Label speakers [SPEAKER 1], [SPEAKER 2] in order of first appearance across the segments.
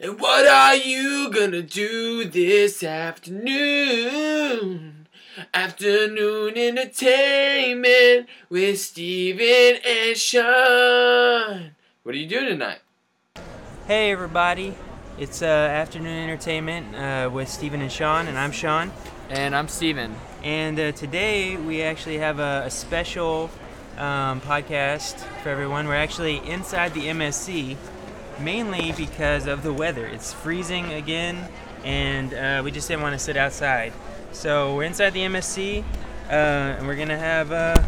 [SPEAKER 1] And what are you gonna do this afternoon? Afternoon entertainment with Steven and Sean. What are you doing tonight?
[SPEAKER 2] Hey everybody, it's uh, afternoon entertainment uh, with Steven and Sean, and I'm Sean.
[SPEAKER 3] And I'm Steven.
[SPEAKER 2] And uh, today we actually have a, a special um, podcast for everyone. We're actually inside the MSC, mainly because of the weather. It's freezing again, and uh, we just didn't want to sit outside. So we're inside the MSC, uh, and we're gonna have uh, a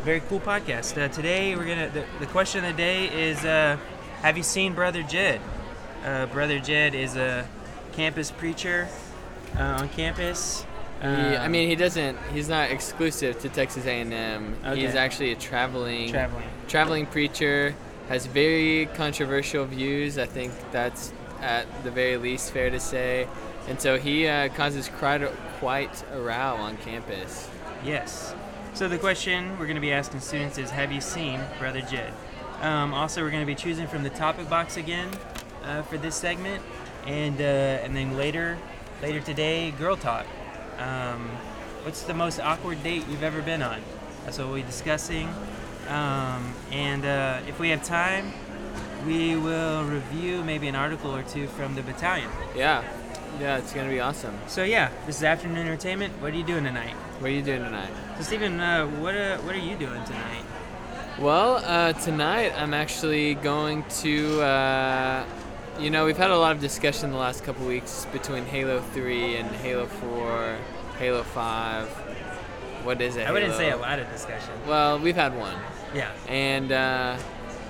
[SPEAKER 2] very cool podcast. Uh, today we're gonna the, the question of the day is uh, Have you seen Brother Jed? Uh, Brother Jed is a campus preacher uh, on campus.
[SPEAKER 3] He, I
[SPEAKER 1] Uh.
[SPEAKER 2] Um,
[SPEAKER 3] mean, he doesn't. He's not exclusive to Texas A&M.
[SPEAKER 2] Okay.
[SPEAKER 3] He's actually a traveling
[SPEAKER 2] traveling.
[SPEAKER 3] traveling preacher. Has very controversial views. I think that's at the very least fair to say. And so he uh, causes quite a, quite a row on campus.
[SPEAKER 2] Yes. So the question we're going to be asking students is, have you seen Brother Jed? Um, also, we're going to be choosing from the topic box again uh, for this segment, and uh, and then later, later today, girl talk. Um, what's the most awkward date you've ever been on? That's what we'll be discussing. Um, and uh, if we have time, we will review maybe an article or two from the battalion.
[SPEAKER 3] Yeah, yeah, it's gonna be awesome.
[SPEAKER 2] So yeah, this is afternoon entertainment. What are you doing tonight?
[SPEAKER 3] What are you doing tonight?
[SPEAKER 2] So Stephen, uh, what uh, what are you doing tonight?
[SPEAKER 3] Well, uh, tonight I'm actually going to. Uh, you know, we've had a lot of discussion the last couple weeks between Halo 3 and Halo 4, Halo 5. What is it?
[SPEAKER 2] I wouldn't say a lot of discussion.
[SPEAKER 3] Well, we've had one.
[SPEAKER 2] Yeah.
[SPEAKER 3] And uh,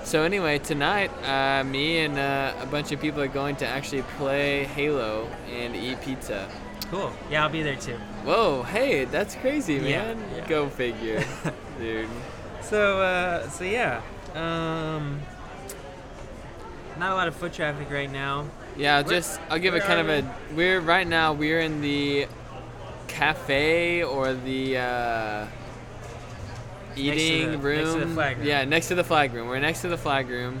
[SPEAKER 3] so, anyway, tonight uh, me and uh, a bunch of people are going to actually play Halo and eat pizza.
[SPEAKER 2] Cool. Yeah, I'll be there too.
[SPEAKER 3] Whoa, hey, that's crazy,
[SPEAKER 2] Yeah,
[SPEAKER 3] man.
[SPEAKER 2] yeah.
[SPEAKER 3] Go figure, dude.
[SPEAKER 2] So, uh, so yeah. Um, not a lot of foot traffic right now.
[SPEAKER 3] Yeah,
[SPEAKER 2] Where-
[SPEAKER 3] just I'll give a
[SPEAKER 2] where
[SPEAKER 3] kind
[SPEAKER 2] are
[SPEAKER 3] of a. We're right now. We're in the cafe or the uh,
[SPEAKER 2] to
[SPEAKER 3] eating
[SPEAKER 2] the- next to
[SPEAKER 3] room.
[SPEAKER 2] the flag room.
[SPEAKER 3] Yeah, next to the flag room. We're next to the flag room,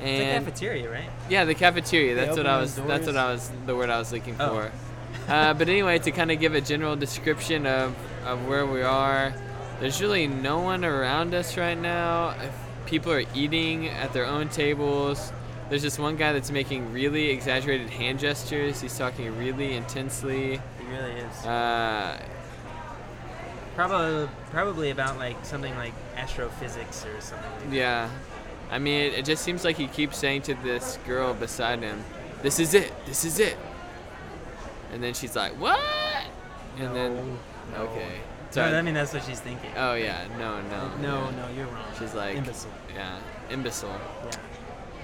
[SPEAKER 2] It's a
[SPEAKER 3] and
[SPEAKER 2] cafeteria, right?
[SPEAKER 3] yeah, the cafeteria.
[SPEAKER 2] They
[SPEAKER 3] That's what
[SPEAKER 2] open
[SPEAKER 3] I
[SPEAKER 2] the
[SPEAKER 3] was. That's what
[SPEAKER 2] doors.
[SPEAKER 3] I was. The word I was looking
[SPEAKER 2] Oh.
[SPEAKER 3] for. uh, but anyway, to kind of give a general description of of where we are, there's really no one around us right now. If people are eating at their own tables. There's this one guy that's making really exaggerated hand gestures. He's talking really intensely.
[SPEAKER 2] It really is.
[SPEAKER 3] Uh,
[SPEAKER 2] Probably, probably about like something like astrophysics or something. Like that.
[SPEAKER 3] yeah, I mean, it, it just seems like he keeps saying to this girl beside him, "This is it. This is it." And then she's like, "What?" And then,
[SPEAKER 2] No.
[SPEAKER 3] okay.
[SPEAKER 2] No,
[SPEAKER 3] Sorry.
[SPEAKER 2] I mean that's what she's thinking.
[SPEAKER 3] Oh yeah, no, no.
[SPEAKER 2] no,
[SPEAKER 3] yeah.
[SPEAKER 2] no, you're wrong.
[SPEAKER 3] She's like
[SPEAKER 2] imbecile.
[SPEAKER 3] Yeah, imbecile. Uh,
[SPEAKER 2] Yeah.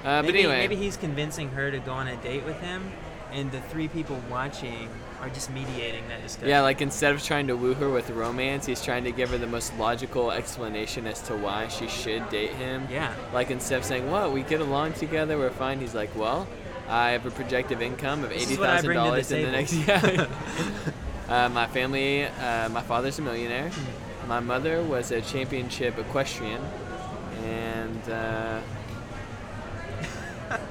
[SPEAKER 3] but
[SPEAKER 2] maybe,
[SPEAKER 3] anyway,
[SPEAKER 2] maybe he's convincing her to go on a date with him, and the three people watching are just mediating that discussion.
[SPEAKER 3] yeah, like instead of trying to woo her with romance, he's trying to give her the most logical explanation as to why she should date him.
[SPEAKER 2] Yeah.
[SPEAKER 3] Like instead of saying, "What? We get along together. We're fine." He's like, "Well, I have a projected income of
[SPEAKER 2] This
[SPEAKER 3] eighty
[SPEAKER 2] is what I
[SPEAKER 3] thousand
[SPEAKER 2] bring to the
[SPEAKER 3] dollars in the next
[SPEAKER 2] table.
[SPEAKER 3] year." uh, my family, uh, my father's a millionaire.
[SPEAKER 2] Hmm.
[SPEAKER 3] My mother was a championship equestrian, and uh,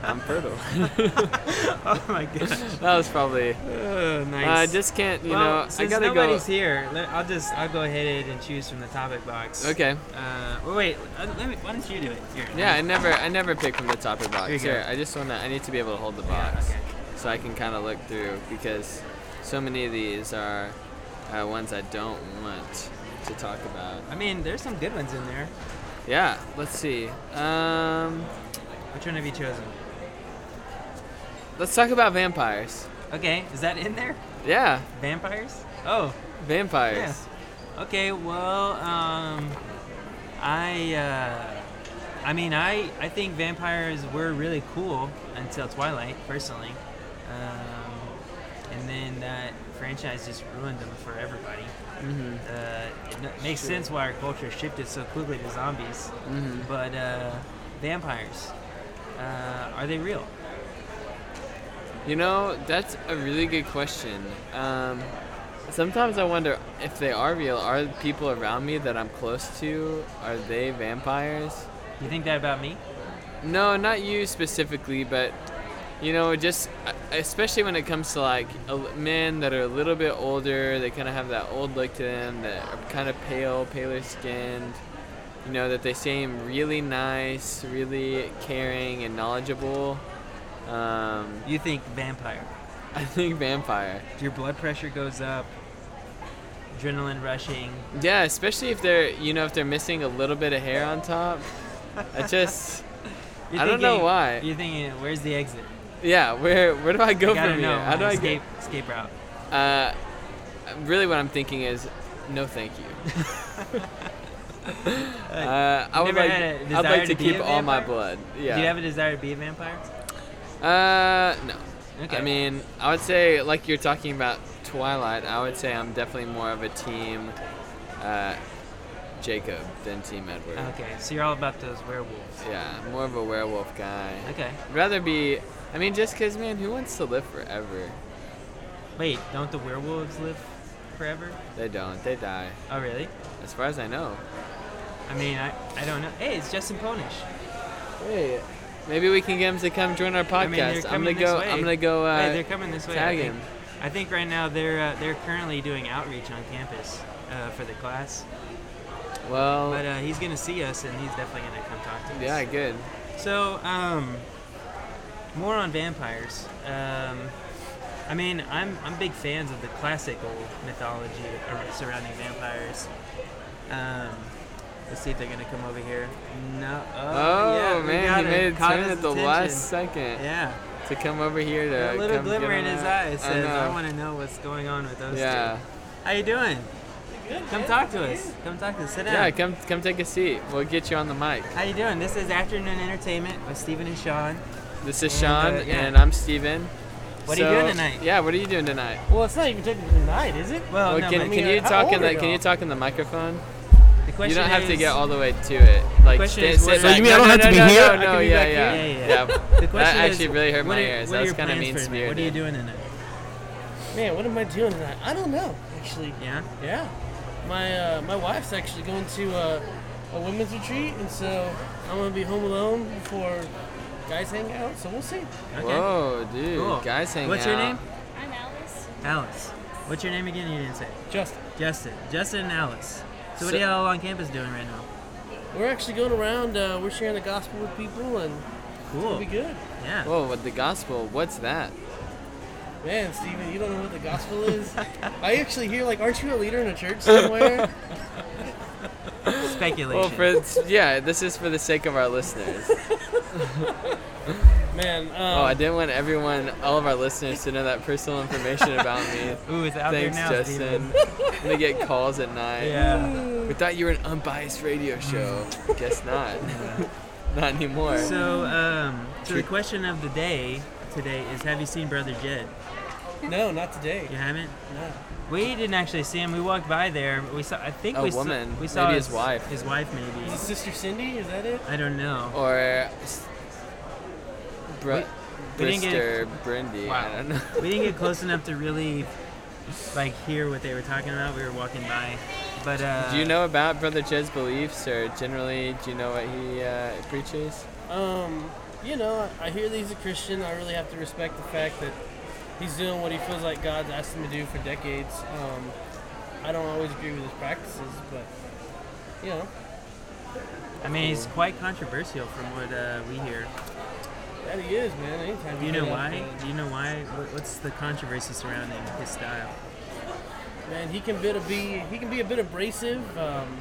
[SPEAKER 3] I'm fertile.
[SPEAKER 2] oh my gosh.
[SPEAKER 3] that was probably.
[SPEAKER 2] Oh,
[SPEAKER 3] I
[SPEAKER 2] nice.
[SPEAKER 3] just can't, you
[SPEAKER 2] well,
[SPEAKER 3] know. I
[SPEAKER 2] since
[SPEAKER 3] gotta
[SPEAKER 2] nobody's
[SPEAKER 3] go.
[SPEAKER 2] here, let, I'll just I'll go ahead and choose from the topic box.
[SPEAKER 3] Okay.
[SPEAKER 2] Uh, well, wait. uh, Let me, why don't you do it? Here.
[SPEAKER 3] Yeah, I never, I never pick from the topic box.
[SPEAKER 2] Here you go.
[SPEAKER 3] Here, I just wanna, I need to be able to hold the
[SPEAKER 2] Yeah,
[SPEAKER 3] box
[SPEAKER 2] okay.
[SPEAKER 3] so I can kind of look through because so many of these are uh, ones I don't want to talk about.
[SPEAKER 2] I mean, there's some good ones in there.
[SPEAKER 3] Yeah, let's see. Um,
[SPEAKER 2] Which one have you chosen?
[SPEAKER 3] let's talk about vampires.
[SPEAKER 2] Okay, is that in there?
[SPEAKER 3] Yeah,
[SPEAKER 2] Vampires? Oh, yeah.
[SPEAKER 3] vampires.
[SPEAKER 2] Okay, well, um, I, uh, I mean, I, I think vampires were really cool until Twilight, personally, um, and then that franchise just ruined them for everybody.
[SPEAKER 3] hmm
[SPEAKER 2] uh, it n- makes sense why our culture shifted so quickly to zombies.
[SPEAKER 3] hmm
[SPEAKER 2] But uh, vampires, uh, are they real?
[SPEAKER 3] You know, that's a really good question. Um, sometimes I wonder if they are real. Are the people around me that I'm close to are they vampires?
[SPEAKER 2] You think that about me?
[SPEAKER 3] No, not you specifically, but you know, just uh, especially when it comes to like a- men that are a little bit older, they kind of have that old look to them, that are kind of pale, paler skinned. You know that they seem really nice, really caring and knowledgeable. Um,
[SPEAKER 2] You think vampire.
[SPEAKER 3] I think vampire.
[SPEAKER 2] Your blood pressure goes up, adrenaline rushing.
[SPEAKER 3] Yeah, especially if they're you know if they're missing a little bit of hair on top. I just
[SPEAKER 2] You're
[SPEAKER 3] I don't know
[SPEAKER 2] thinking-
[SPEAKER 3] why.
[SPEAKER 2] You're thinking, where's the exit?
[SPEAKER 3] yeah, where where do I go
[SPEAKER 2] I gotta
[SPEAKER 3] from
[SPEAKER 2] know.
[SPEAKER 3] here? How do I
[SPEAKER 2] escape,
[SPEAKER 3] get?
[SPEAKER 2] escape route?
[SPEAKER 3] Uh, really, what I'm thinking is, no, thank you. uh, I
[SPEAKER 2] you've
[SPEAKER 3] would
[SPEAKER 2] never
[SPEAKER 3] like
[SPEAKER 2] had a
[SPEAKER 3] I'd
[SPEAKER 2] desire
[SPEAKER 3] like to
[SPEAKER 2] to be
[SPEAKER 3] keep
[SPEAKER 2] a
[SPEAKER 3] all my
[SPEAKER 2] vampire?
[SPEAKER 3] blood. Yeah.
[SPEAKER 2] Do you have a desire to be a vampire?
[SPEAKER 3] Uh, no.
[SPEAKER 2] Okay.
[SPEAKER 3] I mean, I would say, like you're talking about Twilight, I would say I'm definitely more of a team uh, Jacob than Team Edward.
[SPEAKER 2] Okay, so you're all about those werewolves.
[SPEAKER 3] Yeah, more of a werewolf guy.
[SPEAKER 2] Okay.
[SPEAKER 3] I'd rather be, I mean, just 'cause man, who wants to live forever?
[SPEAKER 2] Wait, don't the werewolves live forever?
[SPEAKER 3] They don't, they die.
[SPEAKER 2] Oh, really?
[SPEAKER 3] As far as I know.
[SPEAKER 2] I mean, I, I don't know. Hey, it's Justin Ponish.
[SPEAKER 3] Hey. Maybe we can get him to come join our podcast.
[SPEAKER 2] I mean, they're
[SPEAKER 3] am
[SPEAKER 2] coming
[SPEAKER 3] gonna
[SPEAKER 2] this
[SPEAKER 3] go.
[SPEAKER 2] way.
[SPEAKER 3] I'm gonna go. Uh,
[SPEAKER 2] hey, they're coming this way.
[SPEAKER 3] tag
[SPEAKER 2] I think,
[SPEAKER 3] him.
[SPEAKER 2] I think right now they're uh, they're currently doing outreach on campus uh, for the class.
[SPEAKER 3] well,
[SPEAKER 2] But uh, he's gonna see us, and he's definitely gonna come talk to us.
[SPEAKER 3] yeah, good.
[SPEAKER 2] So, um, more on vampires. Um, I mean, I'm I'm big fans of the classical mythology ar- surrounding vampires. Um, let's see if they're gonna come over here. No. Oh,
[SPEAKER 3] Oh
[SPEAKER 2] yeah, we got
[SPEAKER 3] man,
[SPEAKER 2] him.
[SPEAKER 3] he made a
[SPEAKER 2] Caught
[SPEAKER 3] turn
[SPEAKER 2] his
[SPEAKER 3] at the
[SPEAKER 2] attention.
[SPEAKER 3] last second
[SPEAKER 2] Yeah.
[SPEAKER 3] to come over here to.
[SPEAKER 2] A little
[SPEAKER 3] come get
[SPEAKER 2] glimmer in
[SPEAKER 3] on
[SPEAKER 2] his
[SPEAKER 3] that.
[SPEAKER 2] eye
[SPEAKER 3] I
[SPEAKER 2] says,
[SPEAKER 3] know.
[SPEAKER 2] "I, want to know what's going on with those
[SPEAKER 3] yeah,
[SPEAKER 2] two. How you doing? come talk to us. Come talk to us. Sit down.
[SPEAKER 3] yeah. Come, come take a seat. We'll get you on the mic.
[SPEAKER 2] How you doing? This is Afternoon Entertainment with Stephen and Sean.
[SPEAKER 3] This is
[SPEAKER 2] And, uh,
[SPEAKER 3] Sean,
[SPEAKER 2] yeah.
[SPEAKER 3] and I'm Steven.
[SPEAKER 2] What are you doing tonight?
[SPEAKER 3] Yeah, what are you doing tonight?
[SPEAKER 4] Well, it's not even technically tonight, is it?
[SPEAKER 2] Well,
[SPEAKER 3] Well,
[SPEAKER 2] no,
[SPEAKER 3] can,
[SPEAKER 2] but
[SPEAKER 3] can
[SPEAKER 4] mean,
[SPEAKER 3] you
[SPEAKER 4] how
[SPEAKER 3] talk in
[SPEAKER 4] old are
[SPEAKER 3] the Can you
[SPEAKER 4] y'all?
[SPEAKER 3] talk in the microphone?
[SPEAKER 2] the question
[SPEAKER 3] You don't have to
[SPEAKER 2] is-
[SPEAKER 3] get all the way to it. Like,
[SPEAKER 2] question
[SPEAKER 3] stay-
[SPEAKER 2] is,
[SPEAKER 3] sit
[SPEAKER 2] what are- So
[SPEAKER 3] back.
[SPEAKER 2] you mean
[SPEAKER 3] no,
[SPEAKER 4] I don't
[SPEAKER 3] no,
[SPEAKER 4] have to
[SPEAKER 3] no,
[SPEAKER 4] be
[SPEAKER 3] no,
[SPEAKER 4] here?
[SPEAKER 3] No,
[SPEAKER 4] I
[SPEAKER 3] no,
[SPEAKER 4] can be
[SPEAKER 3] yeah,
[SPEAKER 4] back
[SPEAKER 3] yeah,
[SPEAKER 2] here? Yeah,
[SPEAKER 3] yeah.
[SPEAKER 2] yeah. The
[SPEAKER 3] that
[SPEAKER 2] question
[SPEAKER 3] actually
[SPEAKER 2] is,
[SPEAKER 3] really hurt
[SPEAKER 2] what
[SPEAKER 3] my
[SPEAKER 2] are-
[SPEAKER 3] ears.
[SPEAKER 2] what are
[SPEAKER 3] That was
[SPEAKER 2] your
[SPEAKER 3] kind of
[SPEAKER 2] plans
[SPEAKER 3] mean
[SPEAKER 2] for tonight?
[SPEAKER 3] spirited.
[SPEAKER 2] What are you doing tonight?
[SPEAKER 4] Man, what am I doing tonight? I don't know, actually.
[SPEAKER 2] Yeah.
[SPEAKER 4] Yeah. My uh, my wife's actually going to uh, a women's retreat, and so I'm gonna be home alone before guys hang out. So we'll see.
[SPEAKER 2] Okay.
[SPEAKER 3] Whoa, dude,
[SPEAKER 2] Cool.
[SPEAKER 3] guys, hang
[SPEAKER 2] What's
[SPEAKER 3] out.
[SPEAKER 2] your name?
[SPEAKER 5] I'm Alice.
[SPEAKER 2] Alice. What's your name again? You didn't say.
[SPEAKER 4] Justin,
[SPEAKER 2] Justin. Justin and Alice. So, what
[SPEAKER 3] So-
[SPEAKER 2] are y'all on campus doing right now?
[SPEAKER 4] we're actually going around. Uh, we're sharing the gospel with people, and it'll
[SPEAKER 2] Cool.
[SPEAKER 4] be good.
[SPEAKER 2] Yeah.
[SPEAKER 3] Whoa, with the gospel, what's that?
[SPEAKER 4] Man, Steven, you don't know what the gospel is. I actually hear like, aren't you a leader in a church somewhere?
[SPEAKER 2] Speculation.
[SPEAKER 3] Well, for yeah, this is for the sake of our listeners.
[SPEAKER 4] Man, um,
[SPEAKER 3] Oh, I didn't want everyone, all of our listeners, to know that personal information about me.
[SPEAKER 2] Ooh, it's out
[SPEAKER 3] Thanks,
[SPEAKER 2] there now,
[SPEAKER 3] Justin.
[SPEAKER 2] Steven.
[SPEAKER 3] I'm gonna get calls at night.
[SPEAKER 2] Yeah.
[SPEAKER 3] We thought you were an unbiased radio show. Guess not. not anymore.
[SPEAKER 2] So, um, so the question of the day today is: Have you seen Brother Jed?
[SPEAKER 4] no, not today.
[SPEAKER 2] You haven't.
[SPEAKER 4] No.
[SPEAKER 2] We didn't actually see him. We walked by there. but We saw. I think
[SPEAKER 3] A
[SPEAKER 2] we saw.
[SPEAKER 3] woman.
[SPEAKER 2] We saw
[SPEAKER 3] Maybe his wife.
[SPEAKER 2] His wife, maybe.
[SPEAKER 4] Is it Sister Cindy? Is that it?
[SPEAKER 2] I don't know.
[SPEAKER 3] or s- Br-
[SPEAKER 2] We- we didn't get-
[SPEAKER 3] Brister Brindy.
[SPEAKER 2] Wow.
[SPEAKER 3] I don't know.
[SPEAKER 2] we didn't get close enough to really like hear what they were talking about. We were walking by, but uh,
[SPEAKER 3] Do you know about Brother Jed's beliefs, or generally, do you know what he uh, preaches?
[SPEAKER 4] Um, you know, I hear that he's a Christian. I really have to respect the fact that he's doing what he feels like God's asked him to do for decades. Um, I don't always agree with his practices, but you know,
[SPEAKER 2] I mean, he's quite controversial from what uh, we hear.
[SPEAKER 4] that he is, man. Anytime
[SPEAKER 2] Do you know
[SPEAKER 4] hang
[SPEAKER 2] why?
[SPEAKER 4] out with
[SPEAKER 2] Do you know why? What- What's the controversy surrounding his style?
[SPEAKER 4] him, man, he can bit a be he can be a bit abrasive. Um,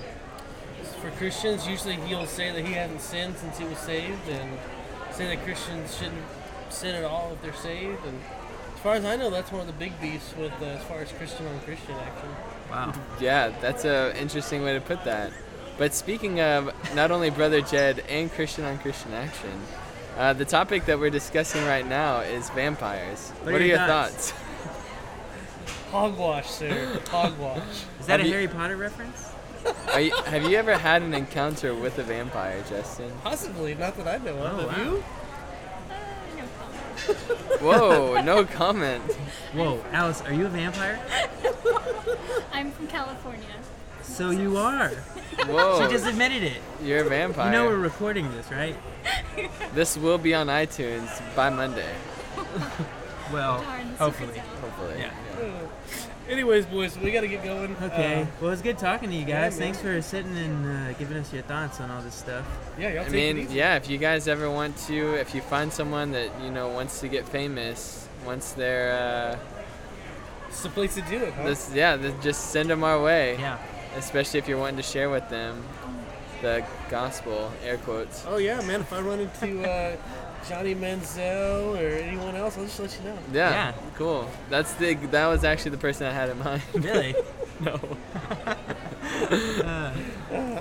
[SPEAKER 4] for Christians, usually he'll say that he hasn't sinned since he was saved, and say that Christians shouldn't sin at all if they're saved. And as far as I know, that's one of the big beefs with uh, as far as Christian on Christian action.
[SPEAKER 2] Wow.
[SPEAKER 3] Yeah, that's a interesting way to put that. But speaking of not only Brother Jed and Christian on Christian action, uh, the topic that we're discussing right now is vampires. What, are your thoughts?
[SPEAKER 4] Hogwash, sir. Hogwash.
[SPEAKER 2] Is that
[SPEAKER 3] Have
[SPEAKER 2] a
[SPEAKER 3] you-
[SPEAKER 2] Harry Potter reference?
[SPEAKER 3] Are you, have you ever had an encounter with a vampire, Justin?
[SPEAKER 4] Possibly, not that I know of.
[SPEAKER 2] Oh,
[SPEAKER 4] Have
[SPEAKER 2] wow.
[SPEAKER 4] you?
[SPEAKER 5] Uh, no problem.
[SPEAKER 3] Whoa, no comment.
[SPEAKER 2] Whoa, Alice, are you a vampire?
[SPEAKER 5] I'm from California.
[SPEAKER 2] So you are.
[SPEAKER 3] Whoa,
[SPEAKER 2] She just admitted it.
[SPEAKER 3] you're a vampire.
[SPEAKER 2] You know we're recording this, right?
[SPEAKER 3] This will be on iTunes by Monday.
[SPEAKER 2] well,
[SPEAKER 5] Darn, the
[SPEAKER 2] hopefully.
[SPEAKER 5] secret's out.
[SPEAKER 1] Hopefully.
[SPEAKER 2] Yeah.
[SPEAKER 4] Anyways, boys, we gotta get going.
[SPEAKER 2] Okay.
[SPEAKER 4] Uh,
[SPEAKER 2] well, it's good talking to you
[SPEAKER 4] yeah,
[SPEAKER 2] guys.
[SPEAKER 4] man.
[SPEAKER 2] Thanks for sitting and uh, giving us your thoughts on all this stuff.
[SPEAKER 4] yeah, y'all
[SPEAKER 3] I
[SPEAKER 4] take it
[SPEAKER 3] mean,
[SPEAKER 4] easy.
[SPEAKER 3] yeah, if you guys ever want to, if you find someone that, you know, wants to get famous, once they're,
[SPEAKER 4] It's the place to do it,
[SPEAKER 3] uh,
[SPEAKER 4] huh?
[SPEAKER 3] this, yeah, th- just send them our way.
[SPEAKER 2] Yeah.
[SPEAKER 3] Especially if you're wanting to share with them the gospel, air quotes.
[SPEAKER 4] Oh yeah, man. If I run into uh, Johnny Manziel or anyone else, I'll just let you know.
[SPEAKER 3] Yeah,
[SPEAKER 2] Yeah.
[SPEAKER 3] cool. That's the, that was actually the person I had in mind.
[SPEAKER 2] Really?
[SPEAKER 3] no.
[SPEAKER 2] Uh,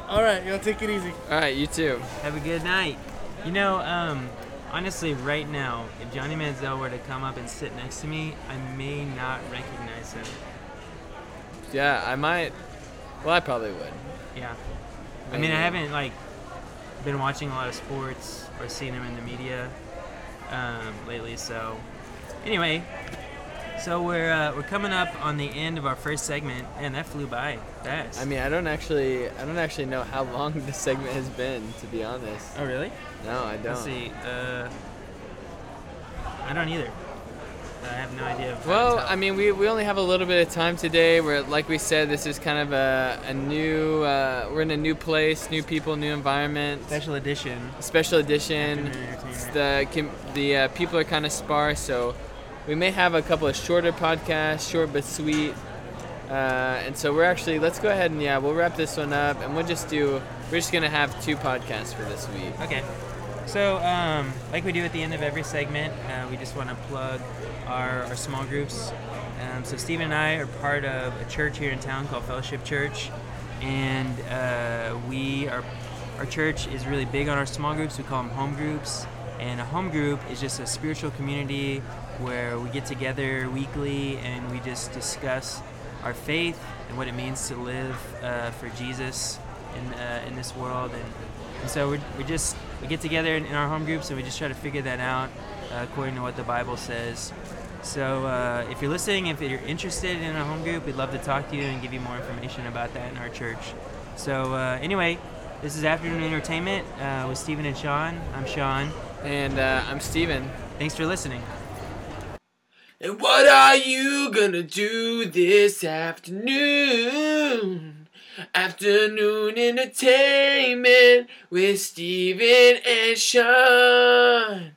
[SPEAKER 4] All right, y'all take it easy.
[SPEAKER 3] All right, you too.
[SPEAKER 2] Have a good night. You know, um, honestly, right now, if Johnny Manziel were to come up and sit next to me, I may not recognize him.
[SPEAKER 3] Yeah, I might. Well, I probably would.
[SPEAKER 2] Yeah. I mean,
[SPEAKER 3] Maybe.
[SPEAKER 2] I haven't like been watching a lot of sports or seen him in the media um, lately. So, anyway, so we're uh, we're coming up on the end of our first segment, and that flew by fast.
[SPEAKER 3] I mean, I don't actually, I don't actually know how long this segment has been, to be honest.
[SPEAKER 2] oh really?
[SPEAKER 3] No, I don't.
[SPEAKER 2] Let's see. Uh, I don't either. I have no idea. of how
[SPEAKER 3] Well,
[SPEAKER 2] to tell.
[SPEAKER 3] I mean, we, we only have a little bit of time today. We're like we said, this is kind of a, a new. Uh, we're in a new place, new people, new environment.
[SPEAKER 2] special edition.
[SPEAKER 3] Special
[SPEAKER 2] Afternoon
[SPEAKER 3] edition. It's
[SPEAKER 2] entertainment.
[SPEAKER 3] The com- the uh, people are kind of sparse, so we may have a couple of shorter podcasts, short but sweet. Uh, and so we're actually let's go ahead and yeah, we'll wrap this one up, and we'll just do. We're just gonna have two podcasts for this week.
[SPEAKER 2] Okay. So, um, like we do at the end of every segment, uh, we just want to plug our, our small groups. Um, so, Stephen and I are part of a church here in town called Fellowship Church, and uh, we are our church is really big on our small groups. We call them home groups, and a home group is just a spiritual community where we get together weekly and we just discuss our faith and what it means to live uh, for Jesus in uh, in this world and and so we we just we get together in, in our home groups and we just try to figure that out uh, according to what the Bible says. So uh, if you're listening, if you're interested in a home group, we'd love to talk to you and give you more information about that in our church. So uh, anyway, this is Afternoon Entertainment uh, with Stephen and Sean. I'm Sean.
[SPEAKER 3] And uh, I'm Steven.
[SPEAKER 2] Thanks for listening.
[SPEAKER 1] And what are you gonna do this afternoon? Afternoon entertainment with Steven and Sean.